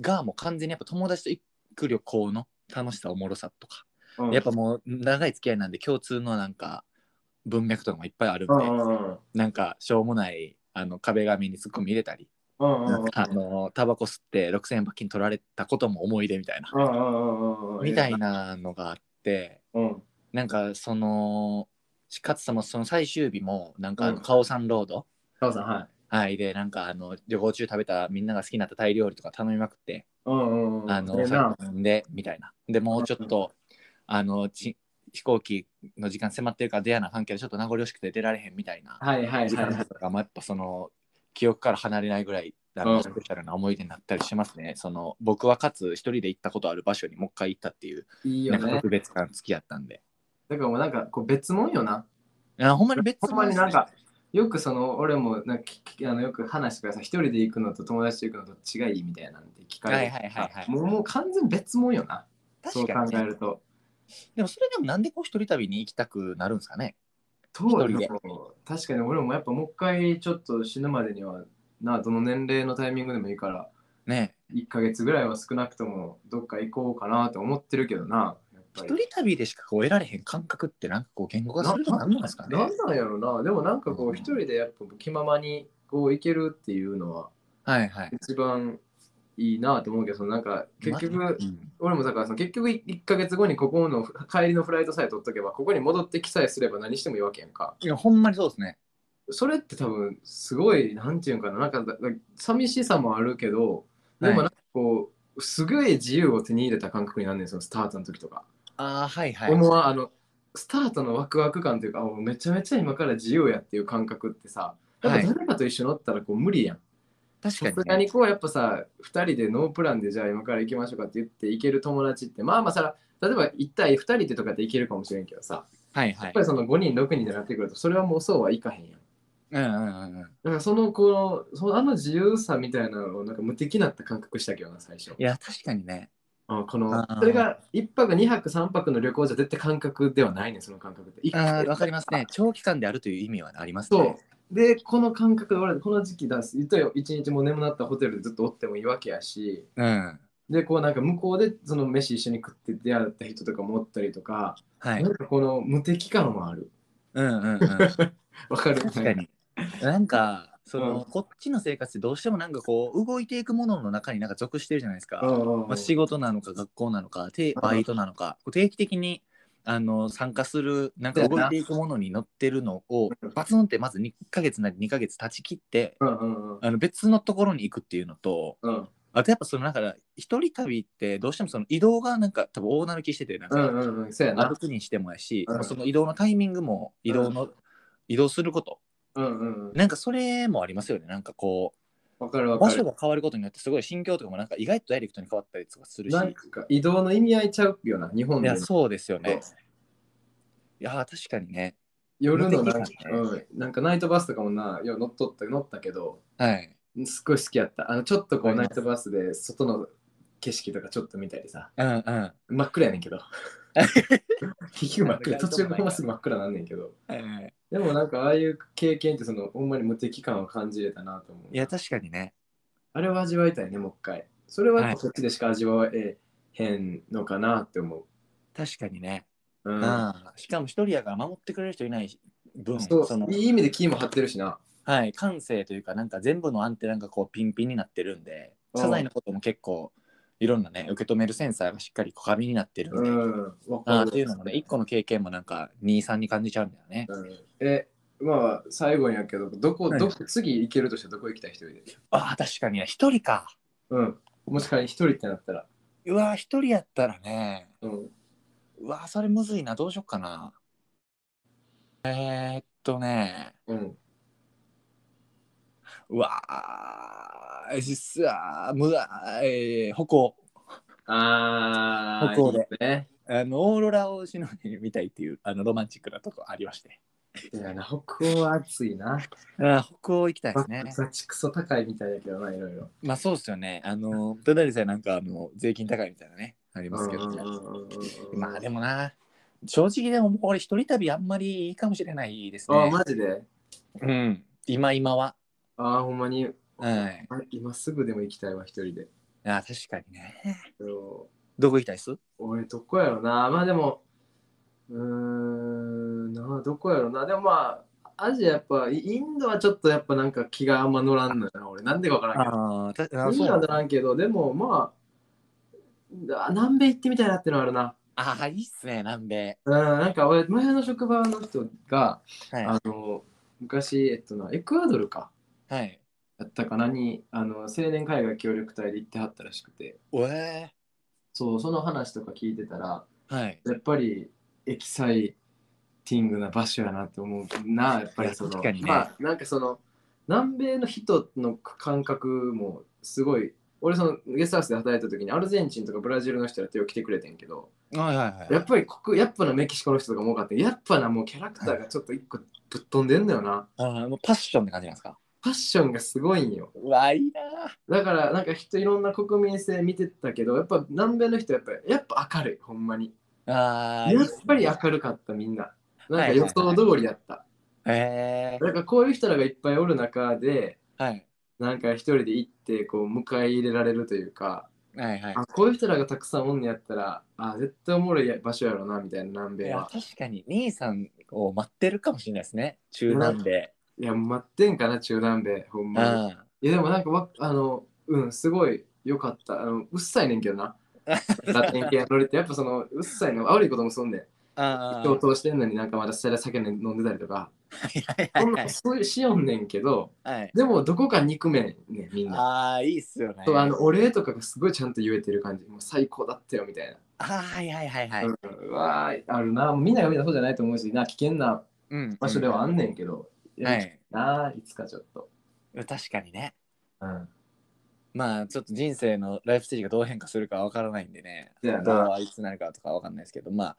がもう完全にやっぱ友達と行く旅行の楽しさおもろさとか、
うん
やっぱ、もう長い付き合いなんで共通のなんか文脈とかもいっぱいあるんで、
うんうんうん。
なんかしょうもないあの壁紙に突っ込み入れたり、
うんうんうん。
あのタバコ吸って6,000円罰金取られたことも思い出みたいな、
うんうんうんうん。
みたい。なのがあって。
うん。
なんかそのかつさもその最終日もなんかあの
うん
カオサンロード、
タオさん、はい。
はいでなんかあの旅行中食べたみんなが好きになったタイ料理とか頼みまくって、
うんうんうん。
あの
ええな。
お酒飲んでみたいなでもうちょっと、あのち飛行機の時間迫ってるから出やな関係でちょっと名残惜しくて出られへんみたいな
はいはい
時
は
間
い
とかもやっぱその記憶から離れないぐらいあ
う
の
ん
スペシャルな思い出になったりしますね、その僕はかつ一人で行ったことある場所にもう一回行ったっていう
い。いいよ
なんか
ね。
特別感付き合ったんで、
だからもうなんか、こう別もんよな。
あほんまに別
ほんまになんか、よくその、俺もなんかききあのよく話してください。一人で行くのと友達と行くのと違いみたいなんて聞かれる。
はいはいはいはい
もうもう完全別もんよな。そ
確
う
か
考
にね
えると。
でもそれでもなんでこう一人旅に行きたくなるんですかね
そう
一人で
確かに俺もやっぱもう一回ちょっと死ぬまでにはなどの年齢のタイミングでもいいから
ね
1ヶ月ぐらいは少なくともどっか行こうかなと思ってるけどなやっぱ
一
り
人旅でしかこう得られへん感覚ってなんかこう言語化するとなんなんですかね
なんなんやろなでもなんかこ
う
うん一人でやっぱ気ままにこう行けるっていうのは
はいはい
一番いいなと思うけどそのなんか結局、
まあうん
俺もだからその結局1ヶ月後にここの帰りのフライトさえ取っとけばここに戻ってきさえすれば何してもいいわけやんか
いやほんまにそうですね
それって多分すごいなんていうんかななんかだだ寂しさもあるけどでもなんかこう、すごい自由を手に入れた感覚になんねんそのスタートの時とか、
ああはいはい
俺もあのスタートのワクワク感というかあもうめちゃめちゃ今から自由やっていう感覚ってさやっ
は
ぱ
い
誰かと一緒に乗ったらこう無理やん
確か
さ
に
す
ね、
がにこうやっぱさ2人でノープランでじゃあ今から行きましょうかって言って行ける友達ってまあまあさ例えば1対2人でとかで行けるかもしれんけどさ
はい
や
は
っ
い
ぱりその5人6人でなってくるとそれはもうそうはいかへんやん
うんうんうんうん
なんかそのこうそのあの自由さみたいなのをなんか無敵なった感覚したけどな最初
いや確かにね
あこの
あー
それが1泊2泊3泊の旅行じゃ絶対感覚ではないねんその感覚って
あーわかりますね長期間であるという意味はありますね
そうでこの感覚で俺この時期だ言ったよ一日も眠なったホテルでずっとおってもいいわけやし
うんで
でこうなんか向こうでその飯一緒に食って出会った人とかもおったりとか、
はい
なんかこの無敵感もある
うんうんうん確
わかる
かになんかその、
うん
こっちの生活ってどうしてもなんかこう動いていくものの中になんか属してるじゃないですか、
うんうんうん
まあ、仕事なのか学校なのかて
うん
バイトなのかこう定期的にあの参加するなんか動いていくものに乗ってるのを
うん
バツンってまず1ヶ月なり2ヶ月断ち切って
うんうんうん
あの別のところに行くっていうのと
うん
あとやっぱそのだから一人旅ってどうしてもその移動がなんか多分大なる気しててな
う
んか
んうん うんそうやな
歩くにしてもやし、
うん
まあその移動のタイミングも移動の、移動すること
うんうんうん
なんかそれもありますよねなんかこ
わかる
う
わか
場
る
所が変わることによってすごい心境とかもなんか意外とダイレクトに変わったりとかするし
なんか移動の意味合いちゃうよな、日本
い
で
や
の。
そうですよね
そ
いやー確かにね。
夜のなん
無
か
敵、
うん、なんかナイトバスとかもな、よう乗っとった乗ったけど、
はい。
すごい好きやった。あの、ちょっとこ
わ
う、
か
ナイ
ります
トバスで外の景色とかちょっと見たりさ、
うんうん。は
真っ暗やねん けど。結局真っ暗、途中ほんますぐ真っ暗なんねんけど。
いはい
でもなんか、ああいう経験って、その、ほんまに無敵感を感じれたなと思う。
いや、確かにね。
あれを味わいたいね、もう一回。それはやっぱこっちでしか味わえへんのかなって思う。
確かにね。
うん。
ああしかも一人やから守ってくれる人いない分、
そう
の
いい意味でキーも張ってるしな。
はい、感性というか、なんか全部のアンテナがこうピンピンになってるんで、
うん
些細なことも結構いろんなね、受け止めるセンサーがしっかりこう過敏になってるん
う
で、
ん。わか
あー
る。
っていうのもね、一個の経験もなんか2、3に感じちゃうんだよね。
うんえ、まあ、最後にやけど、どこ、
はい
どこ、次行けるとしたらどこ行きたい一人で。
ああ、確かにね、一人か。
うん。もし仮に一人ってなったら。
うわー、一人やったらね、
うん。
うわー、それむずいな、どうしよっかな。えー、っとね、
うん。
うわー、実は、むだ、えー、歩行。
あー、
北欧で
いいね。
あの、オーロラをしのいでみたいっていう、あの、ロマンチックなとこありまして。
いやな、北欧は暑いな。
あー北欧行きたいで
バ
すね。
ッチクソ高いみたいだけどな、いろいろ。
まあそうですよね。あの、ただでさえなんかあの税金高いみたいなね、ありますけど、まあで
も。
もな、正直でももうこれ一人旅あんまりいいかもしれないです
あー、
ね。
マジで
うん、今今は。
あー、ほんまに。
はい。
あ今すぐでも行きたいわ、一人で。
あ確かにね。
そう
どこ行きたいっす
俺、どこやろな。まあでも、うーん、などこやろな。でもまあ、アジアやっぱ、イインドはちょっとやっぱなんか気があんま乗らんのよな、俺。なんでかわからんけど。
あたあ、
イン
そ
ド
うな
は
ん
乗
だ。
らんけど、でもまあ、あ南米行ってみたいなってのはあるな。
あーいいっすね、南米。
うん、なんか俺、前の職場の人が、
は
あの、昔、えっとな、エクアドルか。
い。はい。
やったかなに、あの、青年海外協力隊で行ってはったらしくて、
おえ
そう、その話とか聞いてたら、
ー、はい。
やっぱりエキサイティングな場所やなって思うな、やっぱりその、
いや確かにね
まあなんかその、南米の人の感覚もすごい、俺そのゲストハウスで働いた時にアルゼンチンとかブラジルの人ら手を来てくれてんけど、
はいはい
や
は
っ
い。
ぱりここ、やっぱなメキシコの人とかも多かったやっぱなもうキャラクターがちょっと一個ぶっ飛んでんのよな。
あーもうパッションって感じなんですか
ファッションがすごいんよ。
うわ、いいな
だからなんか人いろんな国民性見てたけど、やっぱ南米の人やっぱやっぱ明るい、ほんまに。
ー。あー
やっぱり
いいすね
明るかったみんな。
い
なん
は
か
い
予
はい
想通りやった。
え
なんかこういう人らがいっぱいおる中で、
ー、はい。
なんか一人で行ってこう迎え入れられるというか、
はいはい
あ。こういう人らがたくさんおんねやったら、あ絶対おもろい場所やろなみたいな南
い
米
や
は。
確かに兄さんを待ってるかもしれないですね中南米
いや待ってんかな中南米ほん
う
まに。
ん
いやでもなんかわあのうんすごい良かったあの。うっさいねんけど な。ラテン系のりってやっぱそのうっさいの悪いこともすんねん。
あ
人を通してんのになんかまだ下で酒飲んでたりとか。
あ
そんなそういうしよんねんけど。
はい
でもどこか憎めんねみんな。
ああいいっすよね
そうあのお礼とかがすごいちゃんと言えてる感じ。もう最高だったよみたいな。
あーはいはいはいはい
うんうわーあるな。みんながみんなそうじゃないと思うしな、危険な
うん
場所ではあんねんけど。いや
はい
なあ、いつかちょっと。
確かにね
うん。
まあちょっと人生のライフステージがどう変化するかわからないんでね
だよ
どう
な。
あいつになるかとかわかんないですけどまあ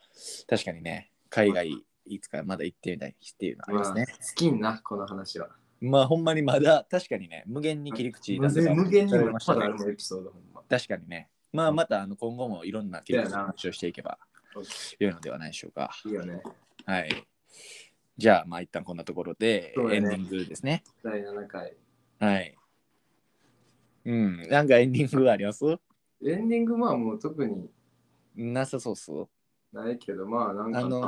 確かにね海外いつかまだ行ってみたいっていうのあり
ま
ま
あ、
す
好
ね、
きんな、この話は。
まあほんまにまだ確かにね無限に切り口
無
出せば
限無限に
喋
も
れ
ま
ました
だ
ね
あるもんエピソードほんま。
確かにね。まあまたあの今後もいろんな切り口
だ
の
よな
話をしていけば
オッ
良いのではないでしょうか。
いいよね。
はい。じゃあまあ一旦こんなところで
そう
エ
だ
ン
ね
ディングですね。
第7回。
はい。うん。なんかエンディングあります
エンディングまあもう特に
なさそうっす。
ないけど、まあなんか。
あの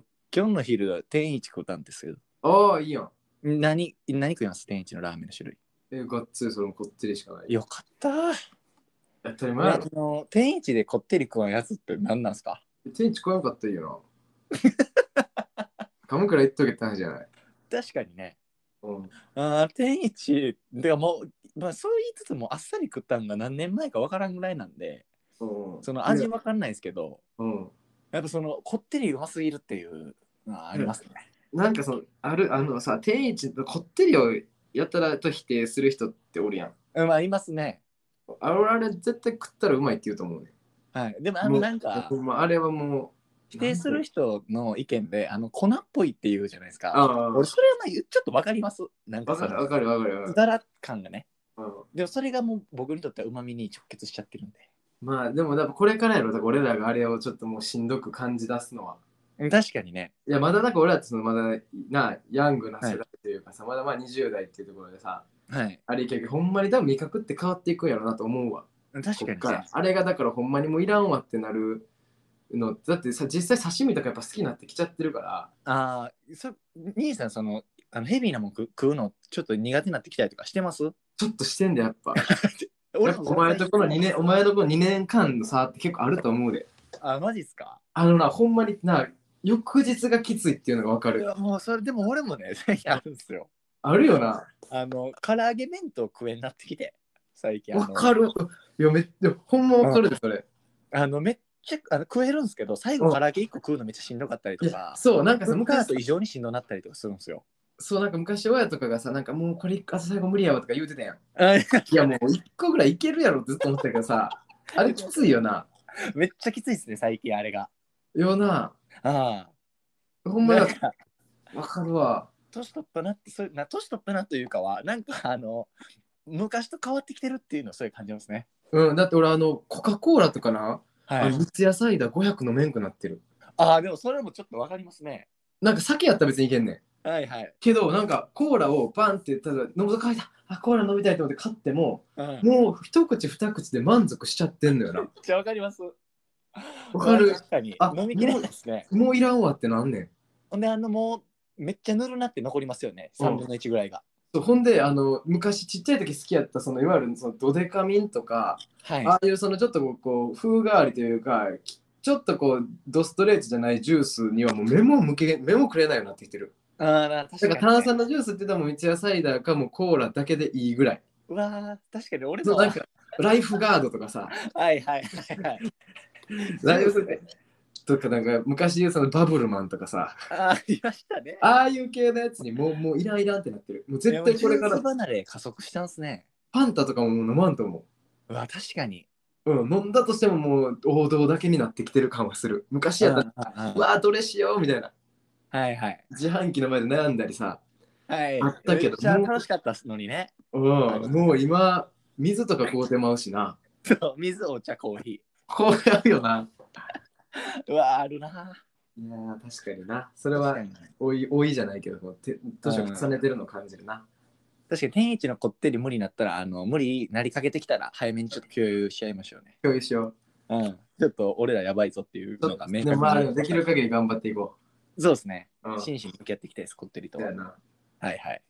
ー、今日の昼は天一食ったんですけど、
ああ、いいやん。
何、何食います天一のラーメンの種類。
え、がっつりそれもこってりしかない。
よかった
当たり前や
あ
ろ。
の天一でこってり食わんやつって何なんすか
天地来なかったらいいよ な。カムから言っとけって話じゃない。
確かにね。
うん。
あー天一てかもう、まあ、そう言いつつもあっさり食ったんが何年前か分からんぐらいなんで
うん。
その味分かんないですけど
うん。
やっぱそのこってりうますぎるっていうのはありますね、
なんかその、ある、あのさ、天一のこってりをやたらと否定する人っておるやん。
うん、まあいますね
あれ、あれ絶対食ったらうまいって言うと思うね。
はいでもあの
もう
なんか
ほんまあれはも
否定する人の意見で、あの、粉っぽいって言うじゃないです
あ
か。
あ、わ
俺、それはまあ言うちょっとわかります。なんか
か
そ
る
の、
わかるわかるわ
う
か
だら感がね。
る。うん
でも、それがもう僕にとっては旨味に直結しちゃってるんで。
まあでも、これからやろ、だから俺らがあれをちょっともうしんどく感じ出すのは。
うん確かにね。
いや、まだなんか俺らってそのまだな、ヤングな世代というかさ、まだまあ20代っていうところでさ、
はい。
あれいけど、ほんまに多分味覚って変わっていくんやろなと思うわ。
確
こ
か
っ
に
から
ね。
あれがだからほんまにもういらんわってなるの、だってさ、実際刺身とかやっぱ好きになってきちゃってるから、
ああ、そ兄さん、その、あのヘビーなもん食食うのちょっと苦手になってきたりとかしてます
ちょっとしてんだやっぱ。
俺
や
も
っぱお前とこの2年、お前とこの2年間の差って結構あると思うで。
あ、マジっすか
あのな、ほんまにな、翌日がきついっていうのがわか
い
る。
やもうそれでも俺もね、最近あるんですよ。
あるよな。
あの、唐揚げ弁当食えになってきて、最近。あ
わ
の
かる。いや、めっちゃ、ほんまわかるで、それ。
あの、めっちゃあの食えるんですけど、最後唐揚げ1個食うのめっちゃしんどかったり
い
と
や
か、
そう、なんかさ、
そのカー
昔
ト、異常にしんどなったりとかするんですよ。
そう、なんか昔親とかがさ、なんかもうこれ、朝最後無理やわとか言うてた やん。
あ
いや、もう一個ぐらいいけるやろずっと思ってたけど さ、あれきついよな。
めっちゃきついっすね、最近あれが。
よな。
あ
ほ
あ。
んま
な
や
ん、か
わかるわ。
年取ったなって、そうな年取ったなというかは、なんかあの、昔と変わってきてるっていうのをそういう感じますね。
うん、だって俺、あの、コカ・コーラとかな、
は
あ
い
の。三ツ矢サイダー500飲めんくなってる。
ああ、でもそれもちょっとわかりますね。
なんか酒やったら別にいけんねん。
はいはい。
けど、なんかコーラをバンって、ただ、喉乾いた、あ、コーラ飲みたいと思って買っても、
うん、めっ
もう一口二口で満足しちゃってんのよな。
ちゃわかります。
わかる
確かに
あ。
飲みきれないですね。
もういらんわってなんねん。
ほんで、あの、もう、めっちゃぬるなって残りますよね。
うん
3分の1ぐらいが。
そうほんであの昔ちっちゃい時好きやったそのいわゆるそのドデカミンとか、
はい。
ああいうそのちょっとこうこう風変わりというかきちょっとこうドストレートじゃないジュースにはもう目も向け目もくれないようになってきてる
あーな
だ
確かに
か
ね、
ら炭酸のジュースって言ったらもう三ツ矢サイダーかもうコーラだけでいいぐらいう
わー確かに俺
そ
も。
う
は
ないんかライフガードとか さ
はいはいはい。
ライフとかなんか昔言うそのバブルマンとかさ
あーいましたね。
ああいう系のやつにもうもうイライラってなってるもう絶対これか
でもジュー
ら
ス離れ加速したんすね。
パンタとかももう飲まんと思う
うわ、確かに。
うん、飲んだとしてももう王道だけになってきてる感はする。昔やったら、
あーあー
うわあ、どれしようみたいな。
はいはい。
自販機の前で悩んだりさ。
はい。
あったけど
めっちゃ楽しかったのにね。
うん、もう今、水とか買うてまうしな。
そう、水、お茶、コーヒ
こうやるよな。
ー。うわーあるな。
いやー確かにな。それ
確
は
かに
多い多いじゃないけど、こうて年を重ねてるのを感じるな。
確かに天一のこってり無理になったら、あの無理なりかけてきたら、早めにちょっと共有し合いましょうね。
共有しよ
うん。ちょっと俺らやばいぞってい
う。
うのが明
で
確
もまあ、
に
でもできる限り頑張っていこ
そうですね。
う。うん。
真摯に向き合っていきたいです、こってりと
だ
は。
よな。
はいはい。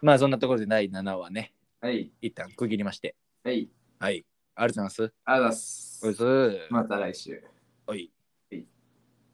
まあそんなところで第7話ね、
はい。
一旦区切りまして。
はい。
はい。ありがとうございます。
あざっ
おい
す。
す。
また来週。
おい。